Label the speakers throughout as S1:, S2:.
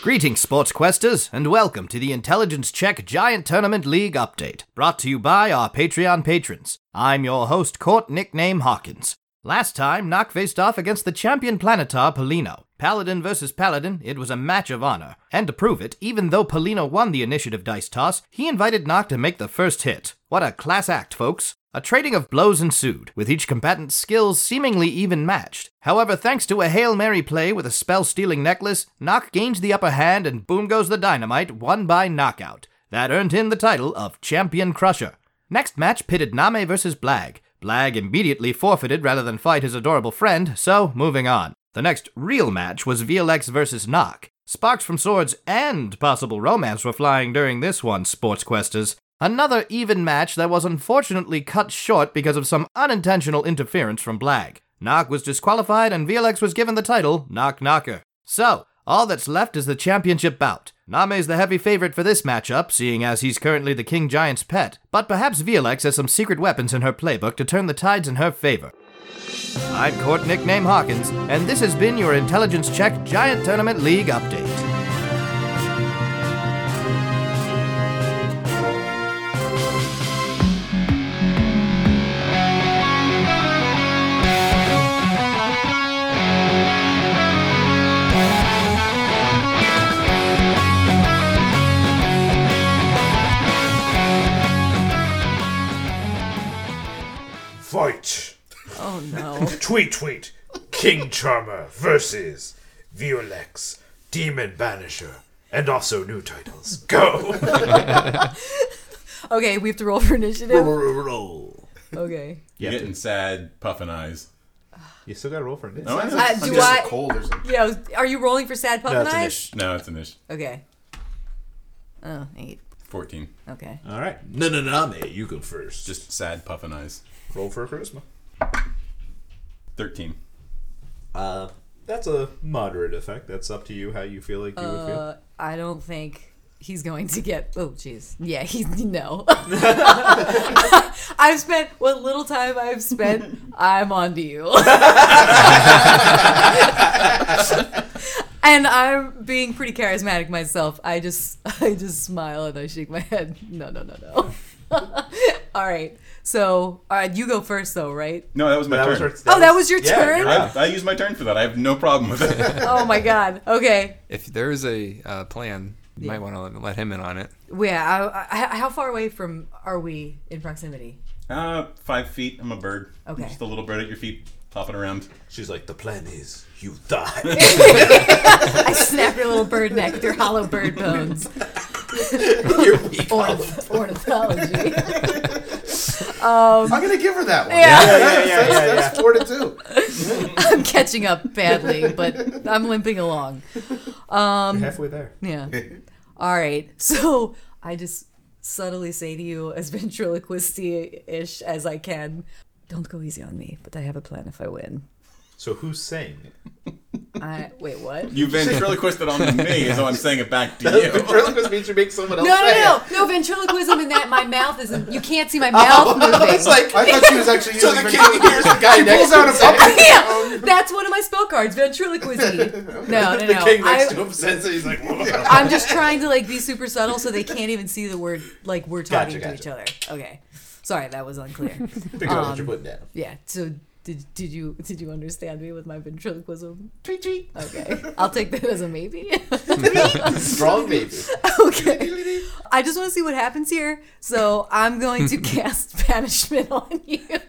S1: Greetings, Sports Questers, and welcome to the Intelligence Check Giant Tournament League update, brought to you by our Patreon patrons. I'm your host, Court Nickname Hawkins. Last time, Nock faced off against the champion planetar Polino. Paladin versus Paladin, it was a match of honor. And to prove it, even though Polino won the initiative dice toss, he invited Nock to make the first hit. What a class act, folks. A trading of blows ensued, with each combatant's skills seemingly even matched. However, thanks to a Hail Mary play with a spell stealing necklace, Nock gained the upper hand and boom goes the dynamite, won by knockout. That earned him the title of Champion Crusher. Next match pitted Name versus Blag. Blag immediately forfeited rather than fight his adorable friend, so moving on. The next real match was VLX versus Nock. Sparks from swords and possible romance were flying during this one, Sports Questers. Another even match that was unfortunately cut short because of some unintentional interference from Blag. Knock was disqualified and VLX was given the title Knock Knocker. So, all that's left is the championship bout. Name's the heavy favorite for this matchup, seeing as he's currently the King Giant's pet, but perhaps VLX has some secret weapons in her playbook to turn the tides in her favor. I'm Court Nickname Hawkins, and this has been your Intelligence Check Giant Tournament League update.
S2: Fight!
S3: Oh no.
S2: Tweet tweet! King Charmer versus Violex, Demon Banisher, and also new titles. Go!
S3: Okay, we have to roll for initiative.
S2: Roll.
S3: Okay.
S4: You're getting sad, puffin eyes.
S5: You still got to roll for this.
S4: No, I know.
S3: Uh, do I?
S6: cold or something.
S3: Yeah. Are you rolling for sad pup
S5: No, it's
S3: eyes?
S4: no, it's an issue.
S3: Okay. Oh, eight.
S4: 14.
S3: Okay.
S5: All right,
S2: No, no, no, man, you go first. Just
S4: Just sad, puffin eyes.
S2: roll for charisma.
S4: 13.
S5: that's a moderate effect. That's up to you how you feel like you would feel.
S3: I don't think he's going to get. Oh, jeez. Yeah, he's no. I've spent what little time I've spent. I'm on to you. and I'm being pretty charismatic myself. I just, I just smile and I shake my head. No, no, no, no. all right. So, all right, you go first, though, right?
S4: No, that was my
S5: That
S4: turn.
S5: was her-
S3: oh, that was your turn.
S5: you're
S4: I, I used my turn for that. I have no problem with it.
S3: Oh my god. Okay.
S6: If there is a uh, plan, you might want to let him in on it.
S3: Yeah. I, I, how far away from are we in proximity?
S4: uh, five feet. I'm a bird. I'm
S3: Okay.
S4: Just a little bird at your feet, hopping around.
S2: She's like, the plan is you die.
S3: I snap your little bird neck, your hollow bird bones.
S2: You're weak.
S3: Ornith- ornithology.
S6: I'm gonna give her that one.
S3: Yeah,
S5: yeah, yeah, yeah, yeah.
S6: That's four to two.
S3: I'm catching up badly, but I'm limping along. Um,
S5: halfway there.
S3: Yeah. All right. So I just subtly say to you, as ventriloquisty ish as I can, don't go easy on me, but I have a plan if I win.
S5: So who's saying it?
S3: I wait, what?
S4: You ventriloquisted on me, so I'm saying it back to you.
S6: Ventriloquist means you make someone else.
S3: No,
S6: say it.
S3: no, no, no ventriloquism in that my mouth isn't. You can't see my mouth moving.
S6: like I thought she was actually using.
S2: the king hears the guy next
S6: pulls out a puppet.
S3: yeah, that's one of my spell cards, ventriloquism. No, no, no.
S6: The king next
S3: I-
S6: to him says it. He's like,
S3: I'm just trying to like be super subtle so they can't even see the word like we're talking
S5: Gotcha,
S3: to each other. Okay. Sorry, that was unclear.
S2: Think about
S3: Um,
S2: what you're putting down.
S3: yeah. So did did you did you understand me with my ventriloquism? Okay. I'll take that as a maybe.
S6: strong baby.
S3: okay. I just want to see what happens here. So I'm going to cast banishment on you. It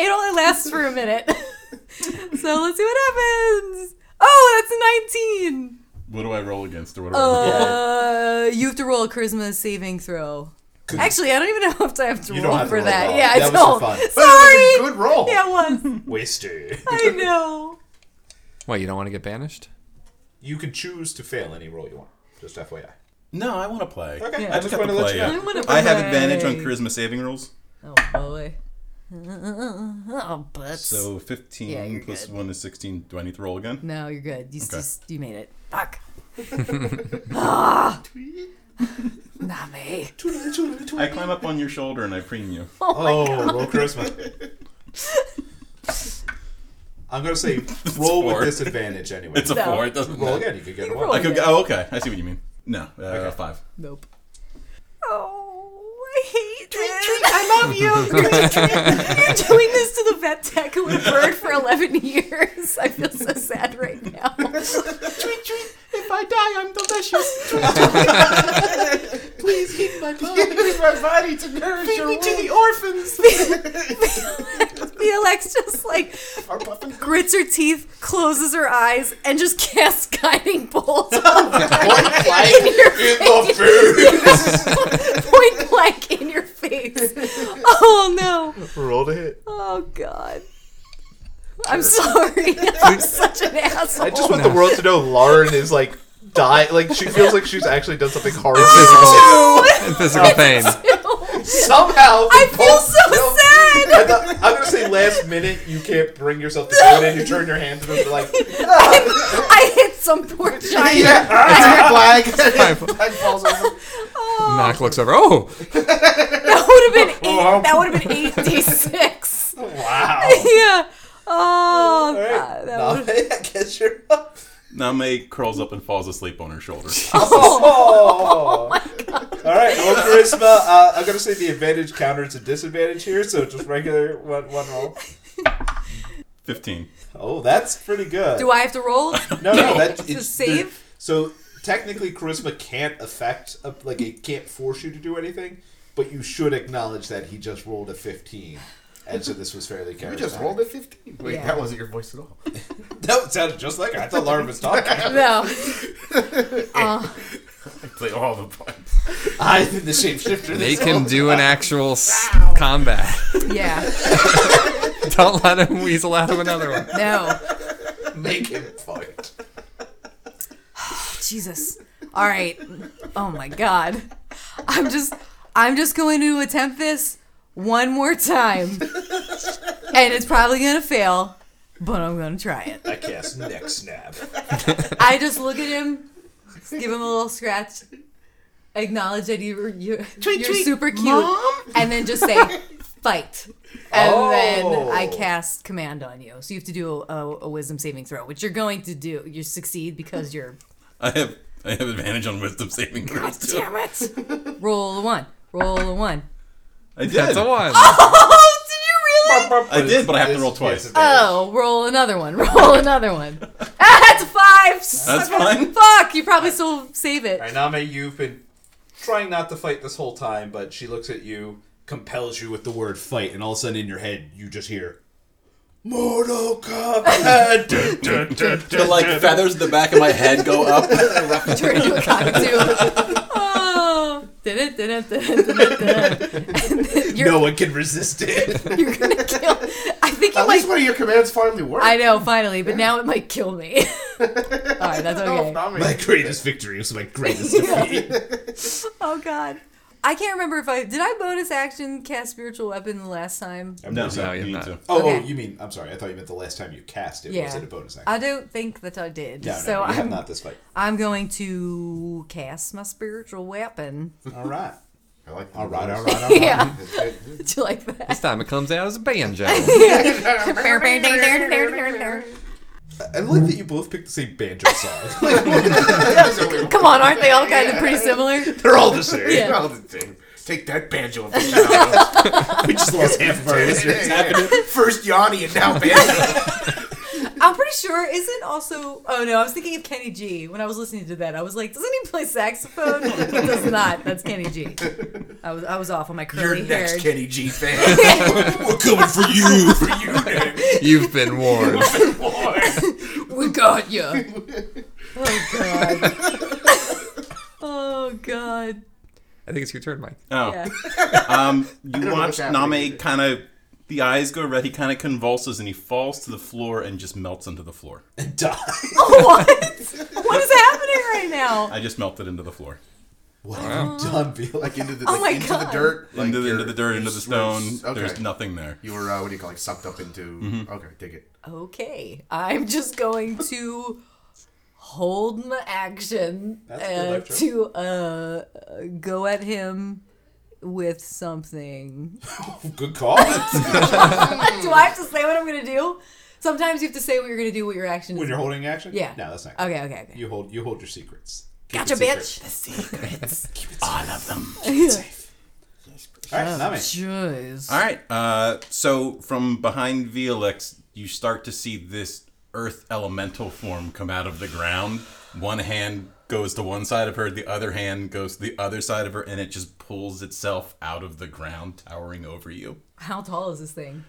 S3: only lasts for a minute. so let's see what happens. Oh, that's a 19.
S4: What do I roll against or whatever?
S3: Uh, you have to roll a charisma saving throw. Actually, I don't even know if I have to
S5: You don't
S3: roll
S5: have to
S3: for
S5: roll
S3: that.
S5: at all.
S3: Yeah, I
S5: That was
S3: don't.
S5: for fun.
S3: Sorry.
S6: Good roll.
S3: Yeah, it was.
S5: Wasted.
S3: I know.
S6: What you don't want to get banished?
S5: you can choose to fail any roll you want. Just FYI.
S4: no, I want to play.
S5: Okay,
S4: I
S5: I
S4: just
S5: just
S4: have to
S5: wanted to let
S4: play.
S5: you
S4: yeah.
S3: know. I wanna
S4: I have
S3: play.
S4: advantage on charisma saving rolls.
S3: Oh Uh, boy. Oh, but
S4: So 15
S3: Yeah, you're
S4: plus
S3: good.
S4: 1 is 16. Do I need to roll again?
S3: no, you're good. You
S4: Okay.
S3: just you made it. Fuck. ah. Not me.
S4: I climb up on your shoulder and I preen you.
S5: Oh, roll charisma. I'm gonna say roll with
S4: four.
S5: disadvantage anyway.
S4: It's a
S3: No.
S4: four. It doesn't
S5: roll
S4: matter.
S5: again. You could get a
S3: You
S5: one.
S3: roll.
S4: I could, oh, okay. I see what you mean. No, uh, five.
S3: Nope. Oh, I hate it. I love you. You're doing this to the vet tech who would have bird for 11 years. I feel so sad right now.
S4: If I die, I'm delicious.
S5: Please keep my body.
S4: my body to nourish Feed me to the orphans.
S3: Felix E just like grits her teeth, closes her eyes, and just casts guiding bolts in your face. Point blank in your face. Oh no.
S2: Roll to hit.
S3: Oh god. I'm sorry. I'm such an asshole.
S2: I just want the world to know Lauren is like die. Like she feels like she's actually done something hard physical.
S6: And physical pain.
S5: Somehow,
S3: I feel so sad.
S5: I thought- I'm gonna say last minute you can't bring yourself to do it, and you turn your hand to them and like,
S3: I hit some poor giant. Oh,
S6: Knock looks over. Oh,
S3: that would have been eight. That would have been eighty six.
S5: Oh, wow.
S3: yeah. Oh,
S5: All
S3: God,
S5: right.
S3: that
S5: No,
S3: would
S5: I guess you're up.
S4: Name curls up and falls asleep on her shoulder.
S5: Oh, All right, well, charisma. Uh, I'm gonna say the advantage counters a disadvantage here, so just regular one, one roll.
S4: Fifteen.
S5: Oh, that's pretty good.
S3: Do I have to roll?
S5: no, no, that's
S3: To save?
S5: So technically, charisma can't affect, a, like, it can't force you to do anything, but you should acknowledge that he just rolled a 15, and so this was fairly charismatic.
S7: You just rolled a 15. Wait,
S3: Yeah.
S7: that wasn't your voice at all.
S5: That sounded just like her. I thought Lauren was talking.
S3: No. Uh,
S4: I play all the parts.
S5: I'm the shapeshifter.
S6: they
S5: This
S6: can do an actual s- combat.
S3: Yeah.
S6: Don't let him weasel out of another one.
S3: No.
S5: make him fight.
S3: Jesus. All right. Oh my God. I'm just. I'm just going to attempt this one more time, and it's probably gonna fail, but I'm gonna try it.
S5: I cast neck snap.
S3: I just look at him, give him a little scratch, acknowledge that you, you, you're super cute, and then just say, fight. And then I
S5: Oh.
S3: cast command on you. So you have to do a, a wisdom saving throw, which you're going to do. You succeed because you're.
S4: I have I have advantage on wisdom saving throws too.
S3: Damn it! Roll a one. Roll a one.
S4: I did.
S6: That's a one.
S3: Oh, did you really?
S4: I did, but I have to roll twice.
S3: Oh, roll another one. Roll another one. Ah, that's a five.
S4: That's fine.
S3: Fuck! You probably still save it.
S5: Ainame, you've been trying not to fight this whole time, but she looks at you, compels you with the word fight, and all of a sudden in your head you just hear Mortal Kombat.
S4: The like feathers in the back of my head go up.
S3: turn into a cockatoo. Oh. Dun-dun-dun-dun-dun-dun-dun. And then you're,
S5: no one can resist it.
S3: you're gonna kill. I think
S7: At
S3: you
S7: least
S3: might.
S7: one of your commands finally worked.
S3: I know, finally, but now it might kill me. All right, that's
S7: No,
S3: okay.
S7: not me.
S5: my greatest victory was my greatest defeat.
S3: Oh God, I can't remember if I did. I bonus action cast spiritual weapon the last time.
S4: No,
S6: No, you're
S4: you need
S6: not.
S4: to.
S5: Oh,
S3: Okay.
S5: oh, you mean I'm sorry. I thought you meant the last time you cast it.
S3: Yeah.
S5: Was it a bonus action?
S3: I don't think that I did.
S5: no, no,
S3: so
S5: we have
S3: I'm
S5: not this fight.
S3: I'm going to cast my spiritual weapon.
S5: All right.
S7: I like the
S5: All right.
S7: bonus.
S5: All right. All right.
S3: Yeah, do you like
S6: This time it comes out as a banjo.
S3: that?
S5: I like that you both picked the same banjo song.
S3: Come on, aren't they all kind of pretty similar?
S7: They're all the same.
S3: Yeah.
S7: They're all the same. Take that banjo. aficionado.
S5: we just lost half of our listeners.
S7: First Yanni and now banjo.
S3: I'm pretty sure isn't also oh no, I was thinking of Kenny G when I was listening to that. I was like, doesn't he play saxophone? he does not. That's Kenny G. I was I was off on my
S7: Your
S3: curly hair.
S7: next Kenny G fan. We're coming for you. For you next.
S6: You've been warned.
S7: Boy.
S3: We got you. oh god. oh god.
S6: I think it's your turn, Mike.
S4: Oh.
S3: Yeah.
S4: Um,
S7: know
S4: you
S7: what's
S4: watch
S7: happening.
S4: Name kind of, the eyes go red. He kind of convulses and he falls to the floor and just melts into the floor.
S3: what? What is happening right now?
S4: I just melted into the floor,
S5: What have you done, Bill?
S7: Like into the,
S3: Oh
S7: like
S3: my
S7: into
S3: God.
S7: the dirt. Like
S4: into, the,
S7: you're-
S4: into the dirt, into the
S7: you're-
S4: stone.
S7: Okay.
S4: There's nothing there.
S7: You were, uh, what do you call it, sucked up into.
S5: Mm-hmm.
S7: Okay, take it.
S3: Okay. I'm just going to hold my action
S5: That's a good
S3: uh,
S5: lecture.
S3: to uh go at him with something.
S5: Good call.
S3: do I have to say what I'm gonna do? Sometimes you have to say what you're going to do, what your action is.
S5: When you're holding action?
S3: Yeah.
S5: No, that's not.
S3: Okay, okay, okay.
S5: You hold you hold your secrets. Keep
S3: gotcha,
S5: it secret.
S3: bitch. The
S4: All of them.
S5: All right, Nami.
S4: All right. Uh, so from behind Velix, you start to see this earth elemental form come out of the ground. One hand goes to one side of her, the other hand goes to the other side of her, and it just pulls itself out of the ground, towering over you.
S3: How tall is this thing?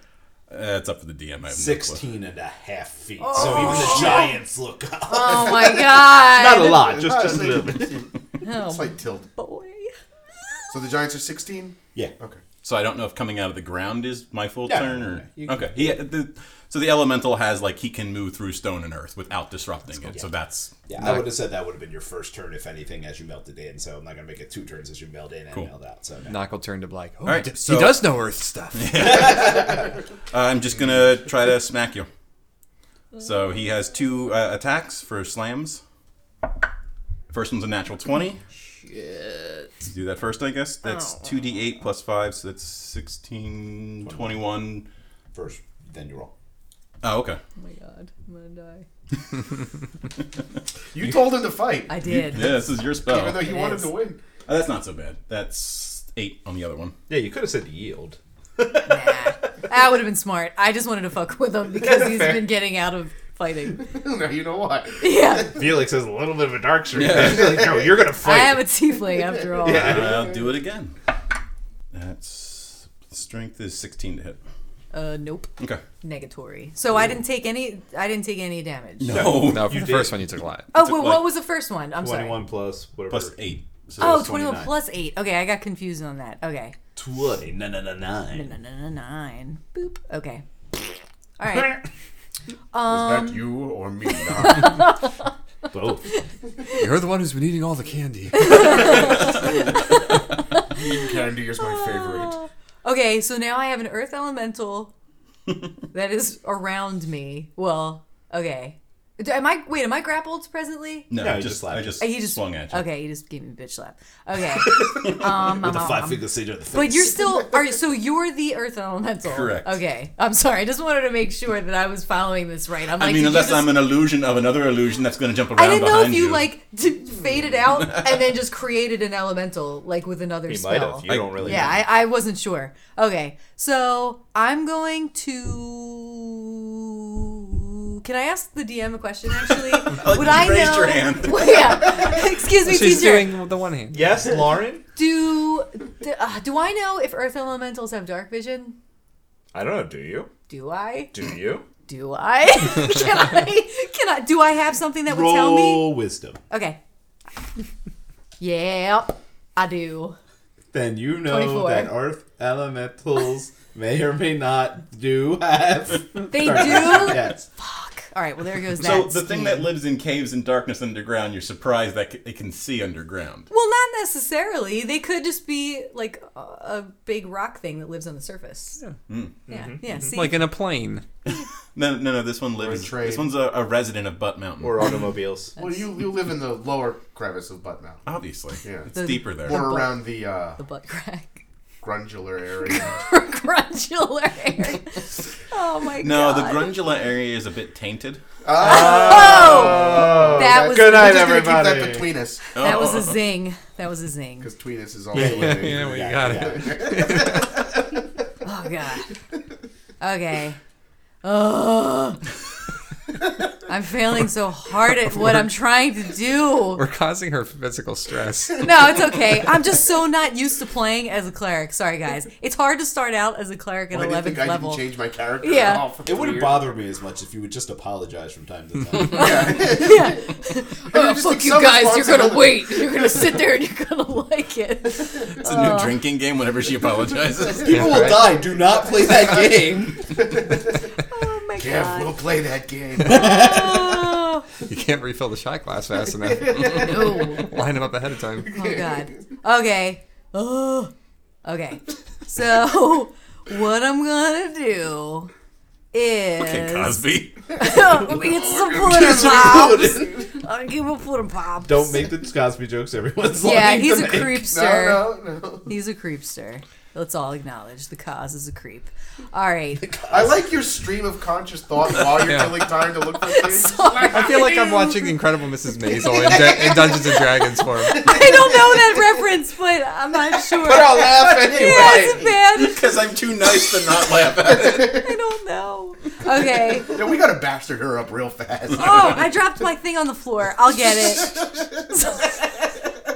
S4: Uh, it's up for the DM. I have no clue.
S5: 16 and a half feet. so even the giants look up.
S3: Oh my god.
S8: Not a lot, just just a little bit.
S3: oh,
S8: Slight tilt.
S3: boy.
S8: So the Giants are 16.
S5: Yeah.
S8: Okay.
S4: So I don't know if coming out of the ground is my full
S5: Yeah,
S4: turn
S5: yeah,
S4: or
S5: yeah. You
S4: okay. He, the, so the elemental has like he can move through stone and earth without disrupting it. So that's
S5: Yeah, I would have said that would have been your first turn, if anything, as you melted in. So I'm not gonna make it two turns as you melt in and melt out. So no.
S6: Knuckle turned to Blake. Oh,
S4: All right,
S6: he d-
S4: so-
S6: he does know Earth stuff.
S4: I'm just gonna try to smack you. So he has two uh, attacks for slams. First one's a natural twenty. Shit. Oh. Do that first, I guess. That's two d eight plus five, so that's 16, 21.
S5: first, then you roll.
S4: Oh, okay.
S3: Oh my god. I'm going to die.
S8: You told him to fight,
S3: I did.
S4: Yeah, this is your spell.
S8: even though
S4: Oh,
S8: he
S3: It
S8: wanted
S3: is.
S8: to win.
S4: that's not so bad. That's eight on the other one.
S5: Yeah, you could have said yield.
S3: Nah. That would have been smart. I just wanted to fuck with him because he's been getting out of fighting.
S8: now you know why.
S3: Yeah.
S2: Felix has a little bit of a dark streak. Like, no, you're gonna
S3: I
S2: fight.
S3: am a tiefling after all.
S4: I'll do it again. That's strength is sixteen to hit.
S3: Uh, nope.
S4: Okay.
S3: Negatory. So I didn't take any. I didn't take any damage.
S4: No.
S6: No, for the first one you took a lot.
S3: Oh, wait,
S4: like-
S3: what was the first one? I'm sorry.
S5: Twenty-one plus whatever.
S4: Plus eight. So
S3: Oh,
S4: that's
S3: 21
S4: 29.
S3: plus 8. Okay, I got confused on that. Okay.
S5: twenty. No, no, no, nine.
S3: Na, na, na, nine. Boop. Okay. All right.
S8: Is that you or me? Nah.
S5: Both.
S6: You're the one who's been eating all the candy.
S8: Candy is my favorite.
S3: Okay, so now I have an earth elemental that is around me. Well, okay. D- Am I wait, am I grappled presently?
S4: No,
S5: No,
S4: I
S5: you
S4: just
S5: just slapped
S4: I
S5: it.
S4: just,
S3: Uh, He just
S4: swung at you.
S3: Okay, he just gave me a bitch slap. Okay. um, um,
S5: The
S3: um,
S5: five
S3: um.
S5: finger siege of the face.
S3: But you're still are you- so you're the earth elemental.
S4: Correct.
S3: Okay. I'm sorry. I just wanted to make sure that I was following this right. I'm like
S4: I mean,
S3: did you
S4: unless
S3: just-
S4: I'm an illusion of another illusion that's going to jump around
S3: I didn't know
S4: behind
S3: if you, like d- faded out and then just created an elemental like with another
S5: You might
S3: spell.
S5: have. You don't really.
S3: Yeah,
S5: know.
S3: I, I wasn't sure. Okay, so I'm going to. Can I ask the DM a question? Actually, would I
S4: raised
S3: know?
S4: your hand.
S3: Well, yeah. Excuse me,
S6: She's
S3: teacher.
S6: doing the one hand.
S5: Yes, Lauren.
S3: Do do, uh, do I know if Earth elementals have dark vision?
S2: I don't know. Do you?
S3: Do I?
S2: Do you?
S3: Do I? can I? Can I? Do I have something that would tell me?
S5: Roll wisdom.
S3: Okay. yeah, I do.
S5: Then you know
S3: 24.
S5: that earth elementals may or may not do have.
S3: They do.
S5: yes.
S3: All right. Well, there goes that.
S4: So the thing
S3: scheme.
S4: that lives in caves and darkness underground, you're surprised that c- it can see underground.
S3: Well, not necessarily. They could just be like a, a big rock thing that lives on the surface. Yeah. Yeah. yeah. See,
S6: Mm-hmm. Like in a plane.
S4: No, no, no. This one lives.
S8: train.
S4: This one's a, a resident of Butt Mountain.
S5: Or automobiles.
S8: Well, you you live in the lower crevice of Butt Mountain,
S4: obviously,
S8: Yeah.
S4: it's
S3: The-
S4: deeper there.
S8: more
S3: butt.
S8: around the uh,
S3: the butt crack.
S8: grundular area.
S3: Grunchular area. Oh my
S4: no,
S3: god.
S4: the Grungula area is a bit tainted.
S8: Ah,
S3: Oh! that was
S2: Good
S8: We're
S2: night,
S8: just gonna
S2: everybody.
S8: keep that between us
S3: That
S4: Oh,
S3: was a zing. That was a zing.
S8: because between us is also yeah,
S6: Yeah, we got it.
S3: Oh god. Okay. Ugh. I'm failing so hard at what I'm trying to do.
S6: We're causing her physical stress.
S3: No, it's okay. I'm just so not used to playing as a cleric. Sorry, guys. It's hard to start out as a cleric at
S8: Why do you
S3: 11th
S8: think I
S3: level.
S8: didn't change my character
S3: Yeah.
S8: at all? for
S5: It wouldn't
S8: three
S5: bother me as much if you would just apologize from time to time.
S3: Oh,
S8: just
S3: fuck
S8: take
S3: you
S8: some
S3: guys. You're gonna
S8: responsibility.
S3: wait. You're gonna sit there and you're gonna like it.
S4: It's a new
S3: uh,
S4: drinking game. Whenever she apologizes,
S5: People will die. Do not play that game.
S3: Oh my
S8: years. Yeah,
S3: god.
S8: we'll play that game.
S3: Oh,
S6: You can't refill the shot glass fast enough.
S3: no.
S6: Line them up ahead of time.
S3: Oh god. Okay. Oh. Okay. So what I'm gonna do Oh, is
S4: okay, Cosby.
S3: it's a pudding pop. I give a pudding pop.
S5: Don't make the Cosby jokes everyone's
S3: Yeah,
S5: lying
S3: he's
S5: to
S3: a
S5: make.
S3: creepster.
S8: No, no, no.
S3: He's a creepster. Let's all acknowledge the cause is a creep. All right.
S8: I like your stream of conscious thought while you're
S6: Yeah.
S8: taking time to look for things.
S6: I feel like I'm watching Incredible Mrs. Maisel in, Dun- in Dungeons and Dragons form.
S3: I don't know that reference, but I'm not sure.
S4: But I'll laugh
S3: yeah, it's
S4: anyway.
S3: bad.
S4: Because I'm too nice to not laugh at it.
S3: I don't know. Okay.
S8: Yeah, we gotta bastard her up real fast.
S3: Oh, I dropped my thing on the floor. I'll get it.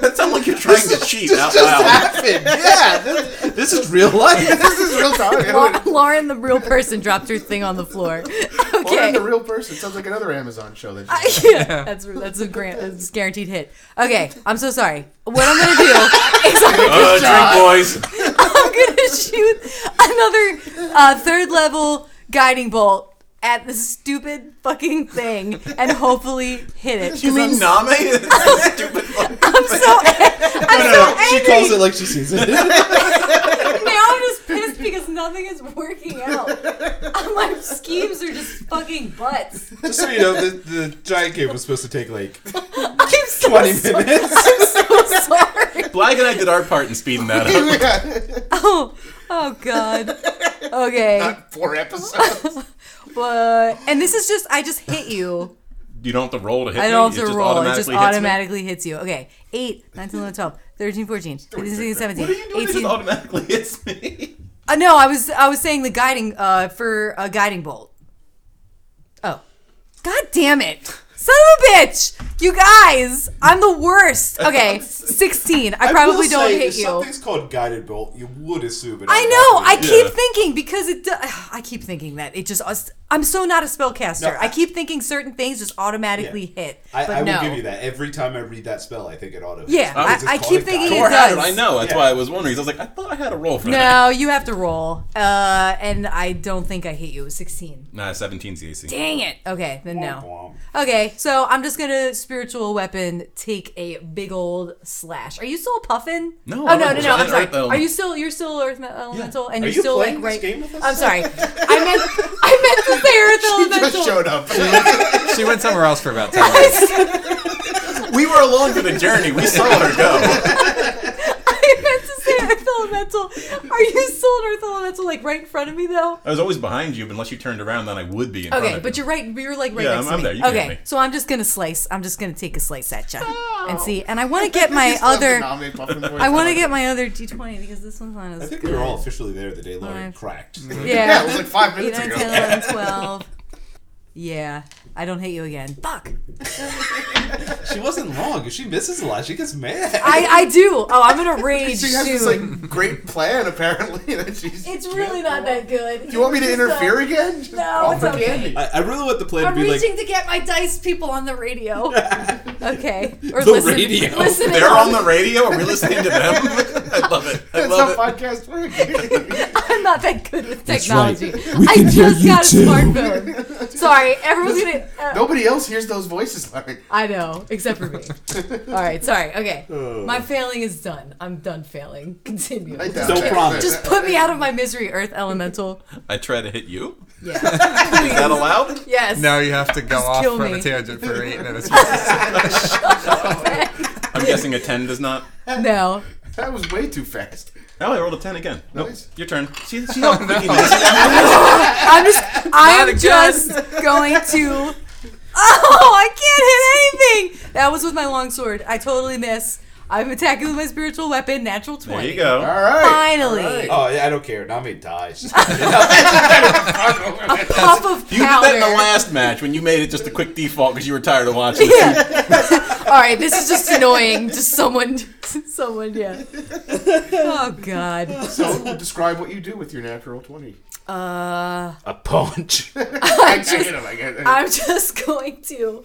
S4: That sounds like you're trying to cheat out
S8: Just
S4: loud.
S8: happened. Yeah, this,
S5: This is real life.
S8: this is real time.
S3: La- Lauren, the real person, dropped her thing on the floor.
S8: Or
S3: Okay.
S8: in the real person. Sounds like another Amazon show that just
S3: yeah, that's that's a grant, that's a guaranteed hit. Okay, I'm so sorry. What I'm gonna do is I'm gonna,
S4: Uh, drink, boys.
S3: I'm gonna shoot another uh, third level guiding bolt at the stupid fucking thing and hopefully hit it.
S4: You
S3: 'cause
S4: mean
S3: I'm,
S4: Name? That's stupid. fuck.
S3: I'm so I'm so
S5: she
S3: angry.
S5: calls it like she sees it.
S3: now I'm just pissed because nothing is working out. My schemes are just fucking butts.
S5: Just so you know, the, the giant game was supposed to take like
S3: I'm so
S5: 20
S3: so-
S5: minutes.
S3: I'm so sorry.
S4: Black and I did our part in speeding that up.
S3: Oh, oh god. Okay.
S8: four episodes.
S3: But and this is just I just hit you.
S4: You don't have to roll to hit
S3: I
S4: me.
S3: don't
S4: it
S3: have to
S4: just
S3: roll. It just
S4: automatically hits me?
S3: automatically hits you. Okay. 8, 9, 10, 11, 12, 13, 14, 15, 16, 17,
S4: What are you doing? It
S3: 18.
S4: just automatically hits me.
S3: Uh, no, I was I was saying the guiding uh for a guiding bolt. Oh. God damn it. Son of a bitch! You guys, I'm the worst. Okay, 16. I probably
S5: will
S3: don't
S5: say,
S3: hit
S5: if
S3: you.
S5: Something's called guided bolt. You would assume it.
S3: I know. I
S4: Yeah.
S3: keep thinking because it. do- I keep thinking that it just. I'm so not a spellcaster.
S5: No, I-
S3: I keep thinking certain things just automatically hit.
S5: I,
S3: but
S5: I
S3: no.
S5: will give you that. Every time I read that spell, I think it auto.
S3: Yeah, I- I keep thinking
S4: Or
S3: It
S4: had it?
S3: does.
S4: I know. That's
S5: Yeah.
S4: why I was wondering. 'cause I was like, I thought I had a roll for that.
S3: No, you have to roll. Uh, and I don't think I hit you. It was 16.
S4: Nah, 17's the AC.
S3: Dang it. Okay, then no. Okay, so I'm just gonna spiritual weapon take a big old slash. Are you still a puffin?
S4: No,
S3: Oh
S4: I'm um,
S3: no, no, no.
S4: a
S3: I'm
S4: giant
S3: sorry.
S4: earth element.
S3: Are you still? You're still earth me- elemental, and
S5: Are
S3: you're
S5: you
S3: still
S5: playing
S3: like
S5: this
S3: right.
S5: game with us?
S3: I'm sorry. I meant I meant to say earth elemental.
S8: just showed up.
S6: She went somewhere else for about 10 minutes.
S4: We were along for the journey. We saw her go.
S3: I meant to say Earth Elemental. Are you still an Earth Elemental, like right in front of me though?
S4: I was always behind you, but unless you turned around, then I would be in front
S3: Okay,
S4: of
S3: but
S4: you.
S3: you're right. You're like right
S4: Yeah,
S3: next
S4: I'm-
S3: to
S4: I'm
S3: me.
S4: there, you can
S3: okay,
S4: hit me.
S3: so I'm just gonna slice. I'm just gonna take a slice at you and see. And I want to get my
S8: Just love the
S3: other.
S8: Name Puffin voice.
S3: I want to get my other D20 because this one's not
S5: I
S3: as
S5: think
S3: good.
S5: we were all officially there the day Lauren
S3: Five.
S5: cracked.
S8: Yeah, it
S3: Yeah.
S8: was like five
S3: 8,
S8: minutes
S3: 9, 10,
S8: ago.
S3: 11, 12. Yeah. I don't hate you again. Fuck.
S5: she wasn't wrong. If she misses a lot, she gets mad.
S3: I, I do. Oh, I'm gonna rage
S8: She has this
S3: soon.
S8: like great plan apparently that she's.
S3: It's really not that good. uh,
S8: Do you want me to interfere again? Just
S3: No, it's
S8: offer
S3: okay.
S8: candy.
S5: I, I really want the plan
S3: I'm
S5: to be like.
S3: reaching to get my dice people on the radio. okay. Or
S5: The
S3: listen,
S5: radio.
S3: Listening
S4: They're on the radio. Are we listening to them? I love it. I
S8: That's how
S4: love it.
S8: podcasts work.
S3: I'm not that good with
S5: right.
S3: technology. I just got a smartphone. Sorry, everyone's gonna. uh,
S8: Nobody else hears those voices. Like,
S3: I know, except for me. All right, sorry. Okay, my failing is done. I'm done failing. Continue.
S8: I
S3: Just-
S8: doubt
S5: No
S8: it.
S5: problem.
S3: Just put me out of my misery, Earth Elemental.
S4: I try to hit you.
S3: Yeah.
S4: Is that allowed?
S3: Yes.
S6: Now you have to go off
S3: kill
S6: from
S3: me.
S6: a tangent for 8 minutes.
S4: I'm guessing a 10 does not.
S3: No.
S8: That was way too fast.
S4: Oh, I rolled a 10 again. Nope.
S8: Nice.
S4: Your turn. She, she helped me.
S3: I'm just. I'm just going to. Oh, I can't hit anything. That was with my longsword. I totally miss. I'm attacking with my spiritual weapon, natural
S4: There
S3: twenty.
S4: you go.
S8: All right.
S3: Finally,
S5: Oh, yeah, I don't care. Nami dies.
S3: puff of
S4: Oh, You did that in the
S3: powder.
S4: last match when you made it just a quick default because you were tired of watching it.
S3: Yeah. All right, this is just annoying. Just someone, someone, yeah. Oh God.
S8: So describe what you do with your natural twenty.
S3: Uh,
S5: a punch.
S8: I, I get it. I get it.
S3: I'm just going to.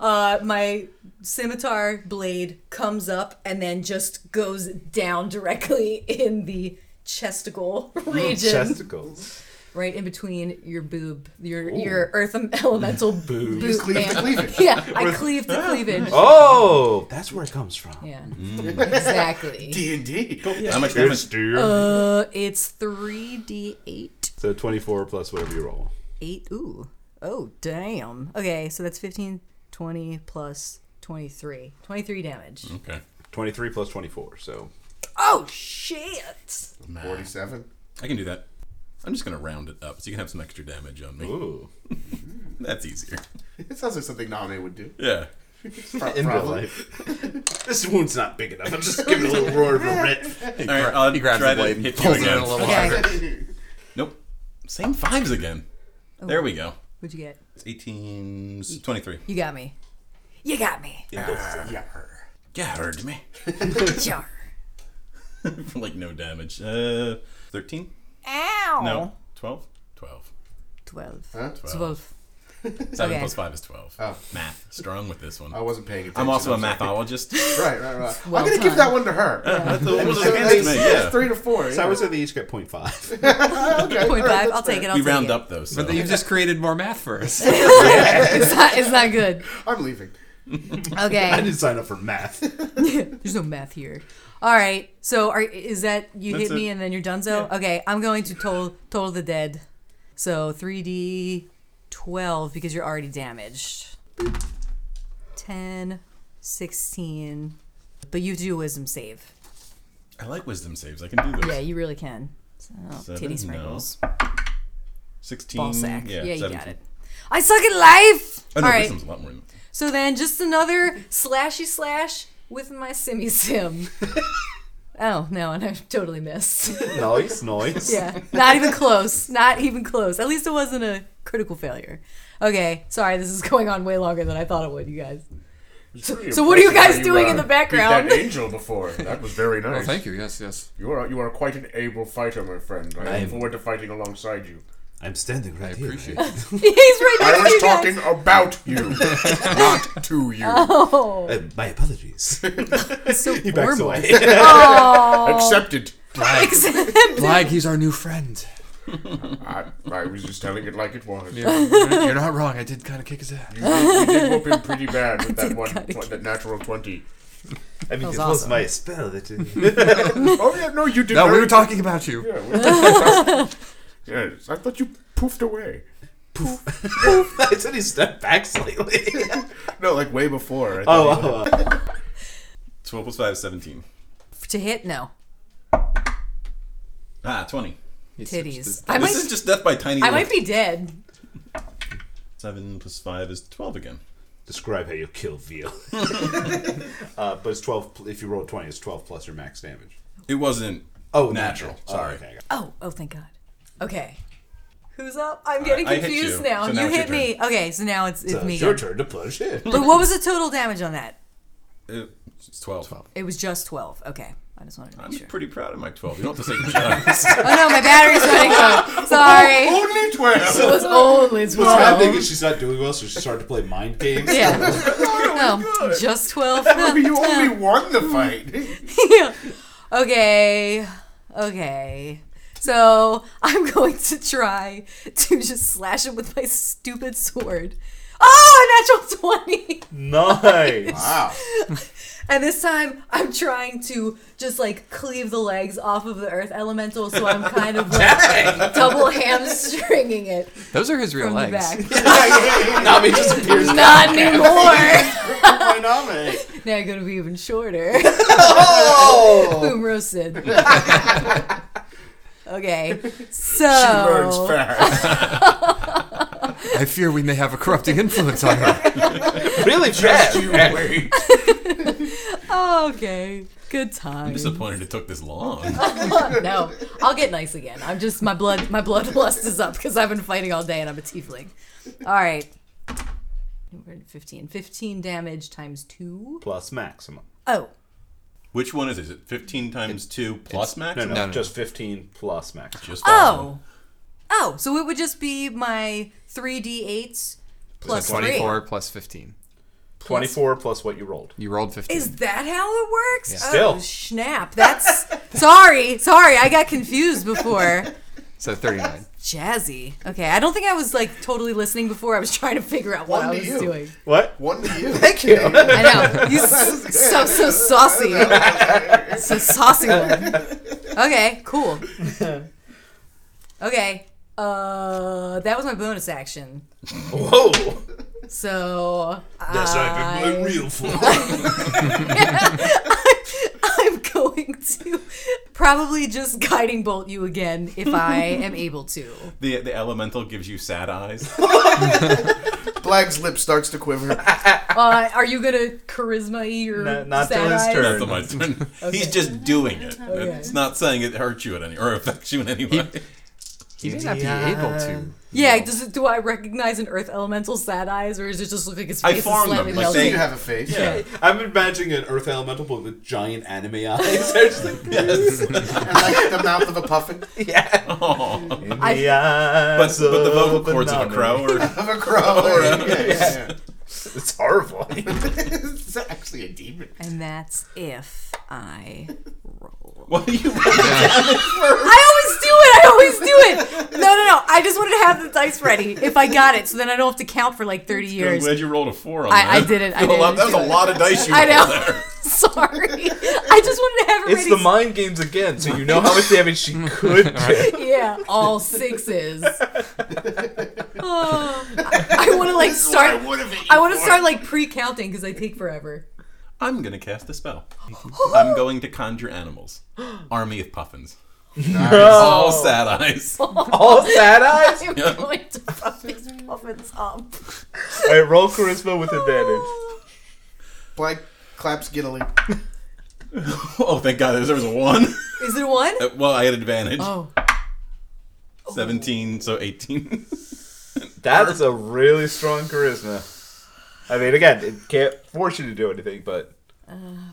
S3: Uh, my scimitar blade comes up and then just goes down directly in the chesticle region,
S5: Chesticles.
S3: right in between your boob, your your earth elemental boob.
S8: Just cleave the cleavage. Ah.
S3: Yeah, I cleave the cleavage.
S5: Oh! That's where it comes from.
S3: Yeah,
S8: Mm.
S3: exactly.
S8: D and D.
S4: How much damage?
S3: Uh, it's three d eight.
S5: So 24 plus whatever you roll.
S3: Eight. Ooh, Oh, damn. Okay, so that's 15, 20 plus 23. 23 damage.
S4: Okay.
S5: 23 plus 24, so.
S3: Oh, shit.
S8: 47?
S4: I can do that. I'm just gonna round it up so you can have some extra damage on me.
S5: Ooh.
S4: That's easier.
S8: It sounds like something Name would do.
S4: Yeah.
S8: Pro-
S5: In real
S8: probably.
S5: life. this wound's not big enough. I'm just giving it a little roar of regret.
S4: All right, I'll
S6: He grabs
S4: try
S6: the blade
S4: to
S6: and
S4: hit you
S6: pulls it in
S4: again.
S6: a little harder.
S3: Okay,
S4: Nope. Same fives again.
S3: Oh.
S4: There we go.
S3: what'd you get?
S4: It's 18, 23.
S3: You got me. You got me.
S8: Yeah.
S4: Yeah, heard me.
S3: Jar.
S4: For like no damage. Uh, 13?
S3: Ow.
S4: No. 12? 12.
S3: 12.
S8: Huh?
S3: 12.
S4: 7
S3: Okay.
S4: plus 5 is 12.
S8: Oh.
S4: Math. Strong with this one.
S6: Oh.
S8: I wasn't paying attention.
S4: I'm also a
S8: I'm sorry.
S4: mathologist.
S8: Right, right, right.
S3: Well
S8: I'm going to give
S3: timed.
S8: that one to her.
S4: That's the one
S8: So
S4: that
S8: that's,
S4: was me.
S8: that's
S4: Yeah.
S8: three to four.
S5: So I was at the each get 0.5.
S8: okay. all right,
S3: Point five.
S8: that's
S3: I'll take it.
S8: fair.
S3: I'll
S4: We
S3: take
S4: round
S3: it.
S4: up though, so.
S6: But you've just created more math for us.
S3: It's not, it's not good.
S8: I'm leaving.
S5: I
S3: Okay.
S5: didn't sign up for math.
S3: There's no math here. All right. So are, is that you
S4: That's
S3: hit me
S4: it.
S3: and then you're done? So okay, I'm going to total total the dead. So 3d 12 because you're already damaged. Boop. 10, 16. But you do a wisdom save.
S4: I like wisdom saves. I can do those.
S3: Yeah, you really can. So,
S4: Seven?
S3: titty
S4: No.
S3: sprinkles.
S4: 16.
S3: Ball sack. Yeah,
S4: Yeah,
S3: you
S4: 17.
S3: got it. I suck at life.
S4: Oh, no,
S3: All right.
S4: wisdom's a lot more than
S3: So then, just another slashy slash with my simi sim. oh no, and I totally missed.
S5: nice, nice.
S3: yeah, not even close. Not even close. At least it wasn't a critical failure. Okay, sorry, this is going on way longer than I thought it would, you guys. so what are you guys doing in the background?
S8: Beat that angel before. That was very nice.
S6: Well, thank you. Yes, yes.
S8: Oh, You are you are quite an able fighter, my friend. I look
S5: am.
S8: forward to fighting alongside you.
S5: I'm standing right
S6: I
S5: here.
S6: appreciate
S5: right?
S6: it.
S3: He's right
S8: I
S3: next to
S8: was
S3: you guys.
S8: talking about you, not to you.
S3: Oh,
S5: Uh, my apologies.
S3: it's so
S5: he backs
S3: formal.
S5: away.
S3: Oh,
S8: Accepted.
S6: Blag, he's our new friend.
S8: I, I was just telling it like it was.
S6: You're, you're not wrong. I did kind of kick his ass.
S8: You, did, you did whoop him pretty bad with that one, tw- that natural twenty.
S5: I mean,
S3: was
S5: it was
S3: awesome.
S5: my spell that. Uh,
S8: Oh yeah, no, you did.
S6: No, we
S8: very-
S6: were talking about you.
S8: Yeah, we were- yes, I thought you poofed away.
S5: I said he stepped back slightly.
S8: No, like way before. I
S5: oh,
S8: thought you-
S5: oh, oh.
S4: 12 plus 5 is 17.
S3: to hit no
S4: Ah, 20.
S3: titties. I might,
S4: this is just death by tiny
S3: I
S4: little-
S3: might be dead.
S4: 7 plus 5 is 12 again.
S5: Describe how you kill veal. uh, but it's 12, pl- if you roll 20, it's 12 plus your max damage.
S4: It wasn't.
S5: Oh,
S4: Natural, sorry.
S5: okay, I got it.
S3: Oh, oh, thank God. Okay. Who's up? I'm getting
S4: I hit
S3: confused
S4: you,
S3: now.
S4: so
S3: you
S4: now it's
S3: hit
S4: your
S3: me. Okay, so now it's, it's
S5: So
S3: me.
S5: it's your
S3: again.
S5: turn to push.
S3: But what was the total damage on that?
S4: It's 12.
S3: It was just 12. Okay. I just wanted to
S4: I'm
S3: make sure.
S4: pretty proud of my 12. You don't have to say just.
S3: Oh no, my battery's running low. Sorry.
S4: oh,
S8: Only twelve.
S3: it was only
S5: What's
S3: 12.
S5: happening is she's not doing well, so she started to play mind games.
S3: Yeah. no, just 12.
S8: you only won the fight.
S3: Yeah. Okay. Okay. So I'm going to try to just slash him with my stupid sword. Oh, a natural 20.
S5: Nice.
S8: Wow.
S3: And this time I'm trying to just like cleave the legs off of the earth elemental, so I'm kind of like double hamstringing it
S6: Those are his real
S3: from the
S6: legs.
S3: back.
S5: Nami just appears.
S3: Not anymore.
S8: Why not, mate?
S3: now I'm gonna be even shorter. Boom roasted. okay. Oh.
S8: Burns
S3: So
S8: fast.
S6: I fear we may have a corrupting influence on her.
S5: really fast.
S8: You wait.
S3: okay. Good time.
S4: I'm disappointed it took this long.
S3: no, I'll get nice again. I'm just my blood my bloodlust is up because I've been fighting all day and I'm a tiefling. All right. We're at 15. 15 damage times 2.
S5: Plus maximum.
S3: Oh,
S4: Which one is it? Is it 15 times 2 plus max?
S5: No, no,
S6: No, no,
S5: just 15 plus max.
S4: Just
S3: Oh. Oh, so it would just be my 3d8s plus
S6: 24 plus 15.
S5: 24 plus what you rolled.
S6: You rolled 15.
S3: Three. Is that how it works?
S5: Still.
S3: Oh, snap. That's. sorry. Sorry. I got confused before.
S6: So 39.
S3: Jazzy. Okay. I don't think I was like totally listening before. I was trying to figure out what
S8: One
S3: I
S8: to
S3: was
S8: you.
S3: doing.
S5: What?
S8: One to you.
S5: Thank you.
S3: I know. You s- so so saucy. so saucy one. Okay, cool. Okay. Uh that was my bonus action.
S2: Whoa!
S3: So
S2: That's not even my
S3: I-
S2: real form.
S3: I'm going to probably just guiding bolt you again if I am able to.
S4: The the elemental gives you sad eyes.
S9: Black's lip starts to quiver.
S3: Uh, are you gonna charisma your
S5: No- not till
S3: sad
S5: his
S3: eyes?
S5: turn.
S4: That's my turn. He's just doing it. It's not saying it hurts you in any or affects you in any way.
S6: He may not be able to.
S3: Yeah, does it, do I recognize an earth elemental sad eyes, or does it just look like his
S4: I
S3: face is
S4: formed them,
S3: slightly
S4: like
S9: Do
S3: melted?
S4: they-
S9: you have a face?
S4: Yeah.
S5: I'm imagining an Earth Elemental but with giant anime eyes. They're just like,
S9: And like the mouth of a puffin?
S4: Oh.
S3: I-
S5: the
S4: But,
S5: eyes
S4: but the vocal
S5: of a
S4: cords of a
S5: banana.
S4: crow are
S9: Of a crow.
S8: Oh,
S9: Yeah, yeah,
S2: it's horrible.
S9: yeah. it's actually a demon.
S3: And that's if I roll.
S4: What are you? Wait,
S3: I always do it. I always do it. No, no, no. I just wanted to have the dice ready if I got it, so then I don't have to count for like 30
S4: I'm
S3: years.
S4: glad you rolled a four on
S3: I-
S4: that.
S3: I didn't, I
S4: That was a lot-
S3: didn't
S4: that was
S3: do
S4: a
S3: it.
S4: lot of dice you
S3: I
S4: rolled
S3: know.
S4: there.
S3: Sorry. I just wanted to have it
S5: It's
S3: ready.
S5: the mind games again, so you know how much damage she could do.
S3: yeah, all sixes. Oh, I, want to like start. I want to start like pre-counting because I take forever.
S4: I'm gonna cast a spell. I'm going to conjure animals, army of puffins, all sad eyes.
S5: All sad eyes?
S3: I'm going to puff these puffins up.
S5: Alright, roll charisma with advantage.
S9: Black claps giddily.
S4: Oh, thank God, there was a one.
S3: Is it a one?
S4: Uh, well, I had advantage.
S3: Oh,
S4: Seventeen, so eighteen.
S5: That is a really strong charisma. I mean, again, it can't force you to do anything, but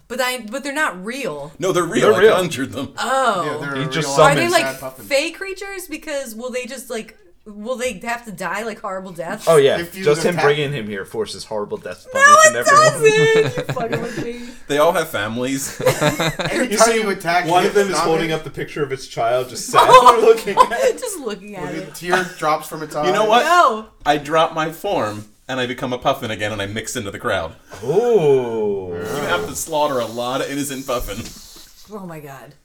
S3: but I but they're not real.
S4: No, they're real.
S5: They're
S4: I
S5: real.
S4: conjured them.
S9: Yeah, they're
S5: He
S9: a
S5: just
S9: real
S5: summoned-
S3: Are they
S9: sad
S3: like
S9: puffin.
S3: fey creatures? Because will they just like will they have to die like horrible deaths?
S5: oh yeah,
S9: If you
S5: just him
S9: attack-
S5: bringing him here forces horrible death upon
S3: No,
S5: each
S3: it
S5: and every one.
S3: doesn't. You fucking with me.
S4: They all have families.
S9: Every time you attack,
S5: One
S9: you
S5: of them
S9: get
S5: is holding
S9: stung,
S5: up the picture of its child, just sad looking.
S3: just looking at
S9: A
S3: it.
S9: tear drops from its eye.
S4: You know what?
S3: No.
S4: I drop my form and I become a puffin again, and I mix into the crowd.
S5: Ooh.
S4: You have to slaughter a lot of innocent puffin.
S3: Oh my god.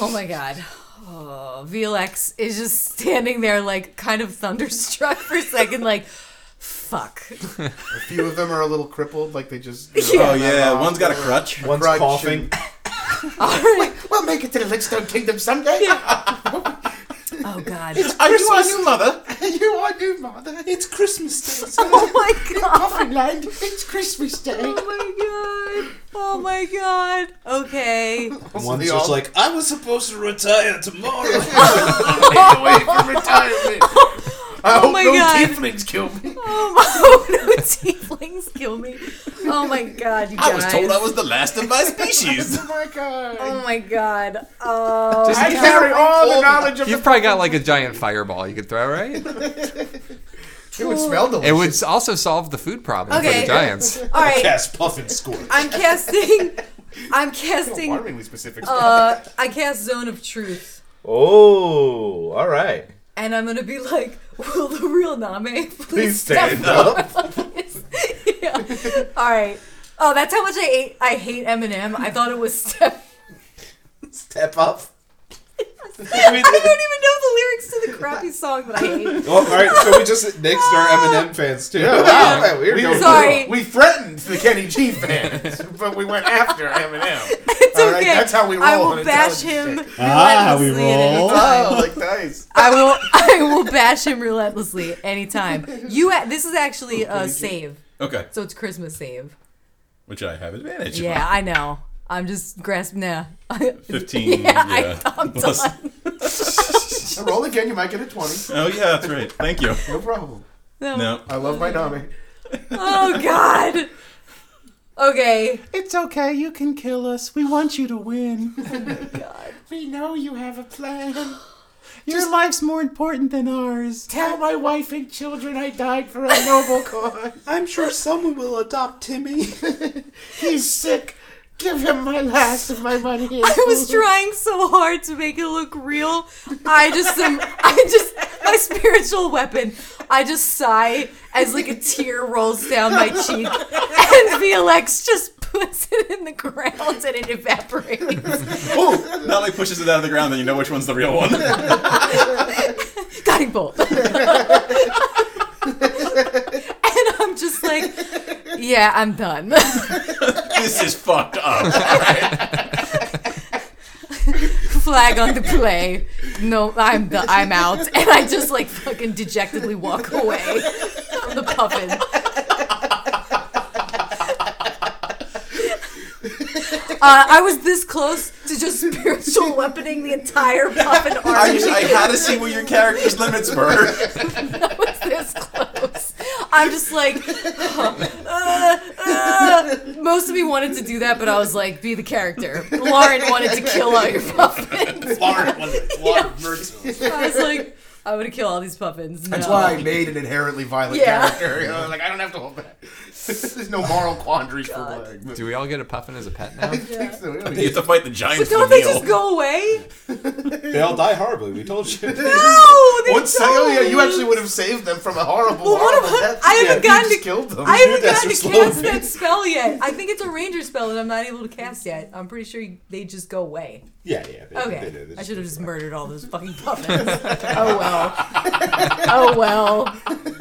S3: Oh my god. Oh, VLX is just standing there, like kind of thunderstruck for a second, like, fuck.
S9: A few of them are a little crippled, like they just. you know,
S4: Oh yeah,
S9: off.
S4: one's got a crutch.
S5: One's
S9: Grudge
S5: coughing.
S9: We'll make it to the Lickstone Kingdom someday.
S3: Oh god.
S4: Are you our new mother?
S9: you are new, mother. It's Christmas Day. So
S3: Oh my god.
S9: Land, it's Christmas Day.
S3: Oh my god. Oh my god. Okay.
S5: One's
S9: they
S5: just
S9: all-
S5: like, I was supposed to retire tomorrow.
S9: away from retirement. I
S4: Oh
S9: hope
S3: my
S9: no
S3: God.
S9: tieflings kill me.
S3: Oh, my, oh no, tieflings kill me. Oh my god, you guys.
S4: I was told I was the last of my species.
S9: Oh my god.
S3: Oh my god. Oh.
S9: I carry all the knowledge of
S6: You've probably got like a giant fireball you could throw, right?
S9: It would smell delicious.
S6: It would also solve the food problem for
S3: Okay.
S6: the giants.
S3: All right.
S5: Cast puff and score.
S3: I'm casting. I'm casting.
S9: Alarmingly specific.
S3: Uh, I cast Zone of Truth.
S5: Oh, all right.
S3: and I'm gonna be like, "Will the real Name please
S5: stand
S3: yeah. All right. Oh, that's how much I ate. I hate Eminem. I thought it was step.
S5: Step up.
S3: I don't even know the lyrics to the crappy song that I hate.
S5: Oh, all right, so we just next our Eminem fans too.
S9: wow, we
S5: going-
S3: Sorry.
S9: We threatened the Kenny G fans, but we went after Eminem.
S3: It's
S9: All
S3: okay.
S9: right, that's how we
S3: I
S9: roll
S3: will
S9: on
S3: bash him.
S9: intelligence
S5: Ah, we
S3: relentlessly at any
S5: roll.
S3: time.
S9: Oh, like nice.
S3: I will. I will bash him relentlessly anytime. You. a- This is actually a save,
S4: Okay,
S3: so it's Christmas save.
S4: which I have advantage. on.
S3: Yeah, I know. I'm just grasping. Nah.
S4: fifteen.
S3: Yeah, I- I'm
S4: plus-
S9: So roll again, you might get a 20.
S4: Oh yeah, that's right. Thank you.
S9: No problem.
S4: No,
S9: I love my Nami.
S3: Oh God. Okay.
S6: It's okay, you can kill us. We want you to win.
S9: Oh We know you have a plan.
S6: Your life's more important than ours.
S9: Tell my wife and children I died for a noble cause.
S5: I'm sure someone will adopt Timmy.
S9: He's sick. Give him my last of my money.
S3: I was trying so hard to make it look real. I just am. I just my spiritual weapon. I just sigh as like a tear rolls down my cheek, and VLX just puts it in the ground and it evaporates.
S4: Natalie pushes it out of the ground, and you know which one's the real one.
S3: Guiding bolt. Yeah, I'm done.
S4: this is fucked up.
S3: Flag on the play. No, I'm done. I'm out, and I just like fucking dejectedly walk away from the puffin. Uh, I was this close to just spiritual weaponing the entire puffin
S4: I,
S3: army.
S4: I had to see where your character's limits were.
S3: I was this close. I'm just like, uh, uh. most of me wanted to do that, but I was like, be the character. Lauren wanted to kill all your puffins.
S5: Lauren was it? Lauren Mertz.
S3: I was like, I'm gonna kill all these puffins. No.
S9: That's why I made an inherently violent
S3: Yeah.
S9: character. You know, like I don't have to hold back. There's no moral quandaries for Black.
S6: Do we all get a puffin as a pet now?
S9: I think so. We don't
S4: You
S9: need-
S4: have to fight the giants.
S3: But don't
S4: for
S3: they
S4: the meal.
S3: just go away?
S5: They all die horribly. We told you.
S3: No, they
S9: One sec-
S3: don't.
S9: oh, yeah, you actually would have saved them from a horrible,
S3: Well, what
S9: horrible
S3: about-
S9: death.
S3: I haven't
S9: Yeah, you
S3: gotten
S9: just
S3: to-
S9: killed them.
S3: I haven't gotten to
S5: That's your
S3: cast
S5: slogan.
S3: that spell yet. I think it's a ranger spell that I'm not able to cast yet. I'm pretty sure they just go away.
S5: Yeah, yeah. They, They,
S3: Okay.
S5: do. They
S3: I
S5: just-
S3: should have just murdered all those fucking puffins. oh well. Oh well.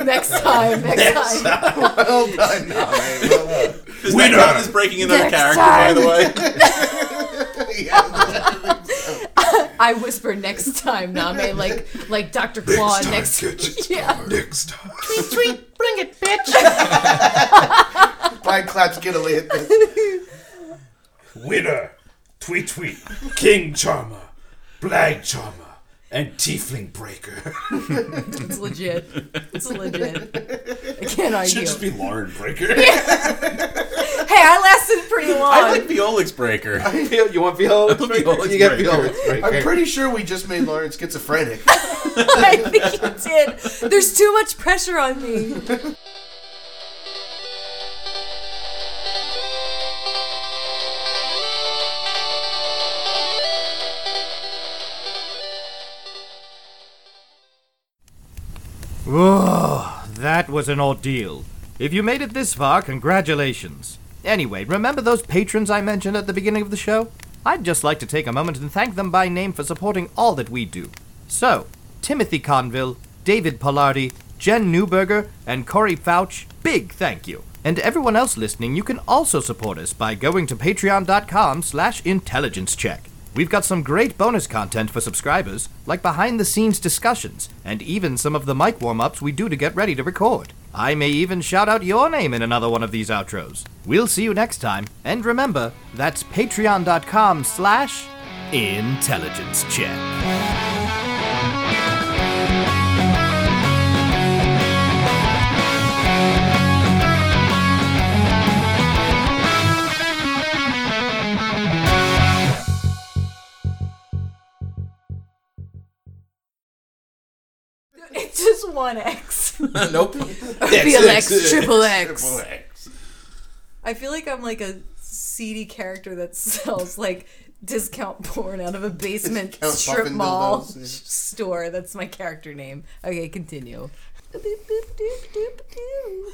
S3: Next time. Next, time.
S9: well done. No, man, well done.
S4: This Winner is breaking another
S3: Next
S4: character, by
S3: time.
S4: the way.
S9: Yeah.
S3: I whisper next time, Name, like like Dr. Claw
S2: time,
S3: next.
S2: kids.
S3: Yeah.
S2: Next time.
S3: Bring it, bitch.
S9: Brian claps giddily at this.
S2: Winner, Tweet Tweet, King Charmer, Blag Charmer, and Tiefling Breaker.
S3: It's legit. It's legit. I can't argue.
S5: should just
S3: Hey,
S5: be Lauren Breaker.
S3: I lasted pretty long.
S4: I like Violic's Breaker.
S5: you want Viola?
S4: Violic's
S5: You get
S4: Breaker.
S5: Viola.
S9: I'm pretty sure we just made Lauren schizophrenic.
S3: I think you did. There's too much pressure on me.
S1: Whoa, that was an ordeal. If you made it this far, congratulations. Anyway, remember those patrons I mentioned at the beginning of the show? I'd just like to take a moment and thank them by name for supporting all that we do. So, Timothy Conville, David Pollardi, Jen Newberger, and Corey Fouch, big thank you. And everyone else listening, you can also support us by going to patreon.com slash intelligence check. We've got some great bonus content for subscribers, like behind the scenes discussions, and even some of the mic warm ups we do to get ready to record. I may even shout out your name in another one of these outros. We'll see you next time, and remember, that's patreon.com slash intelligence check.
S3: It's just one X.
S4: nope.
S3: BLX, triple X.
S4: X.
S3: I feel like I'm like a seedy character that sells like discount porn out of a basement
S9: Discount
S3: strip
S9: puffin
S3: mall
S9: dildos, yeah.
S3: store. That's my character name. Okay, continue. Boop, boop, doop, doop, doop.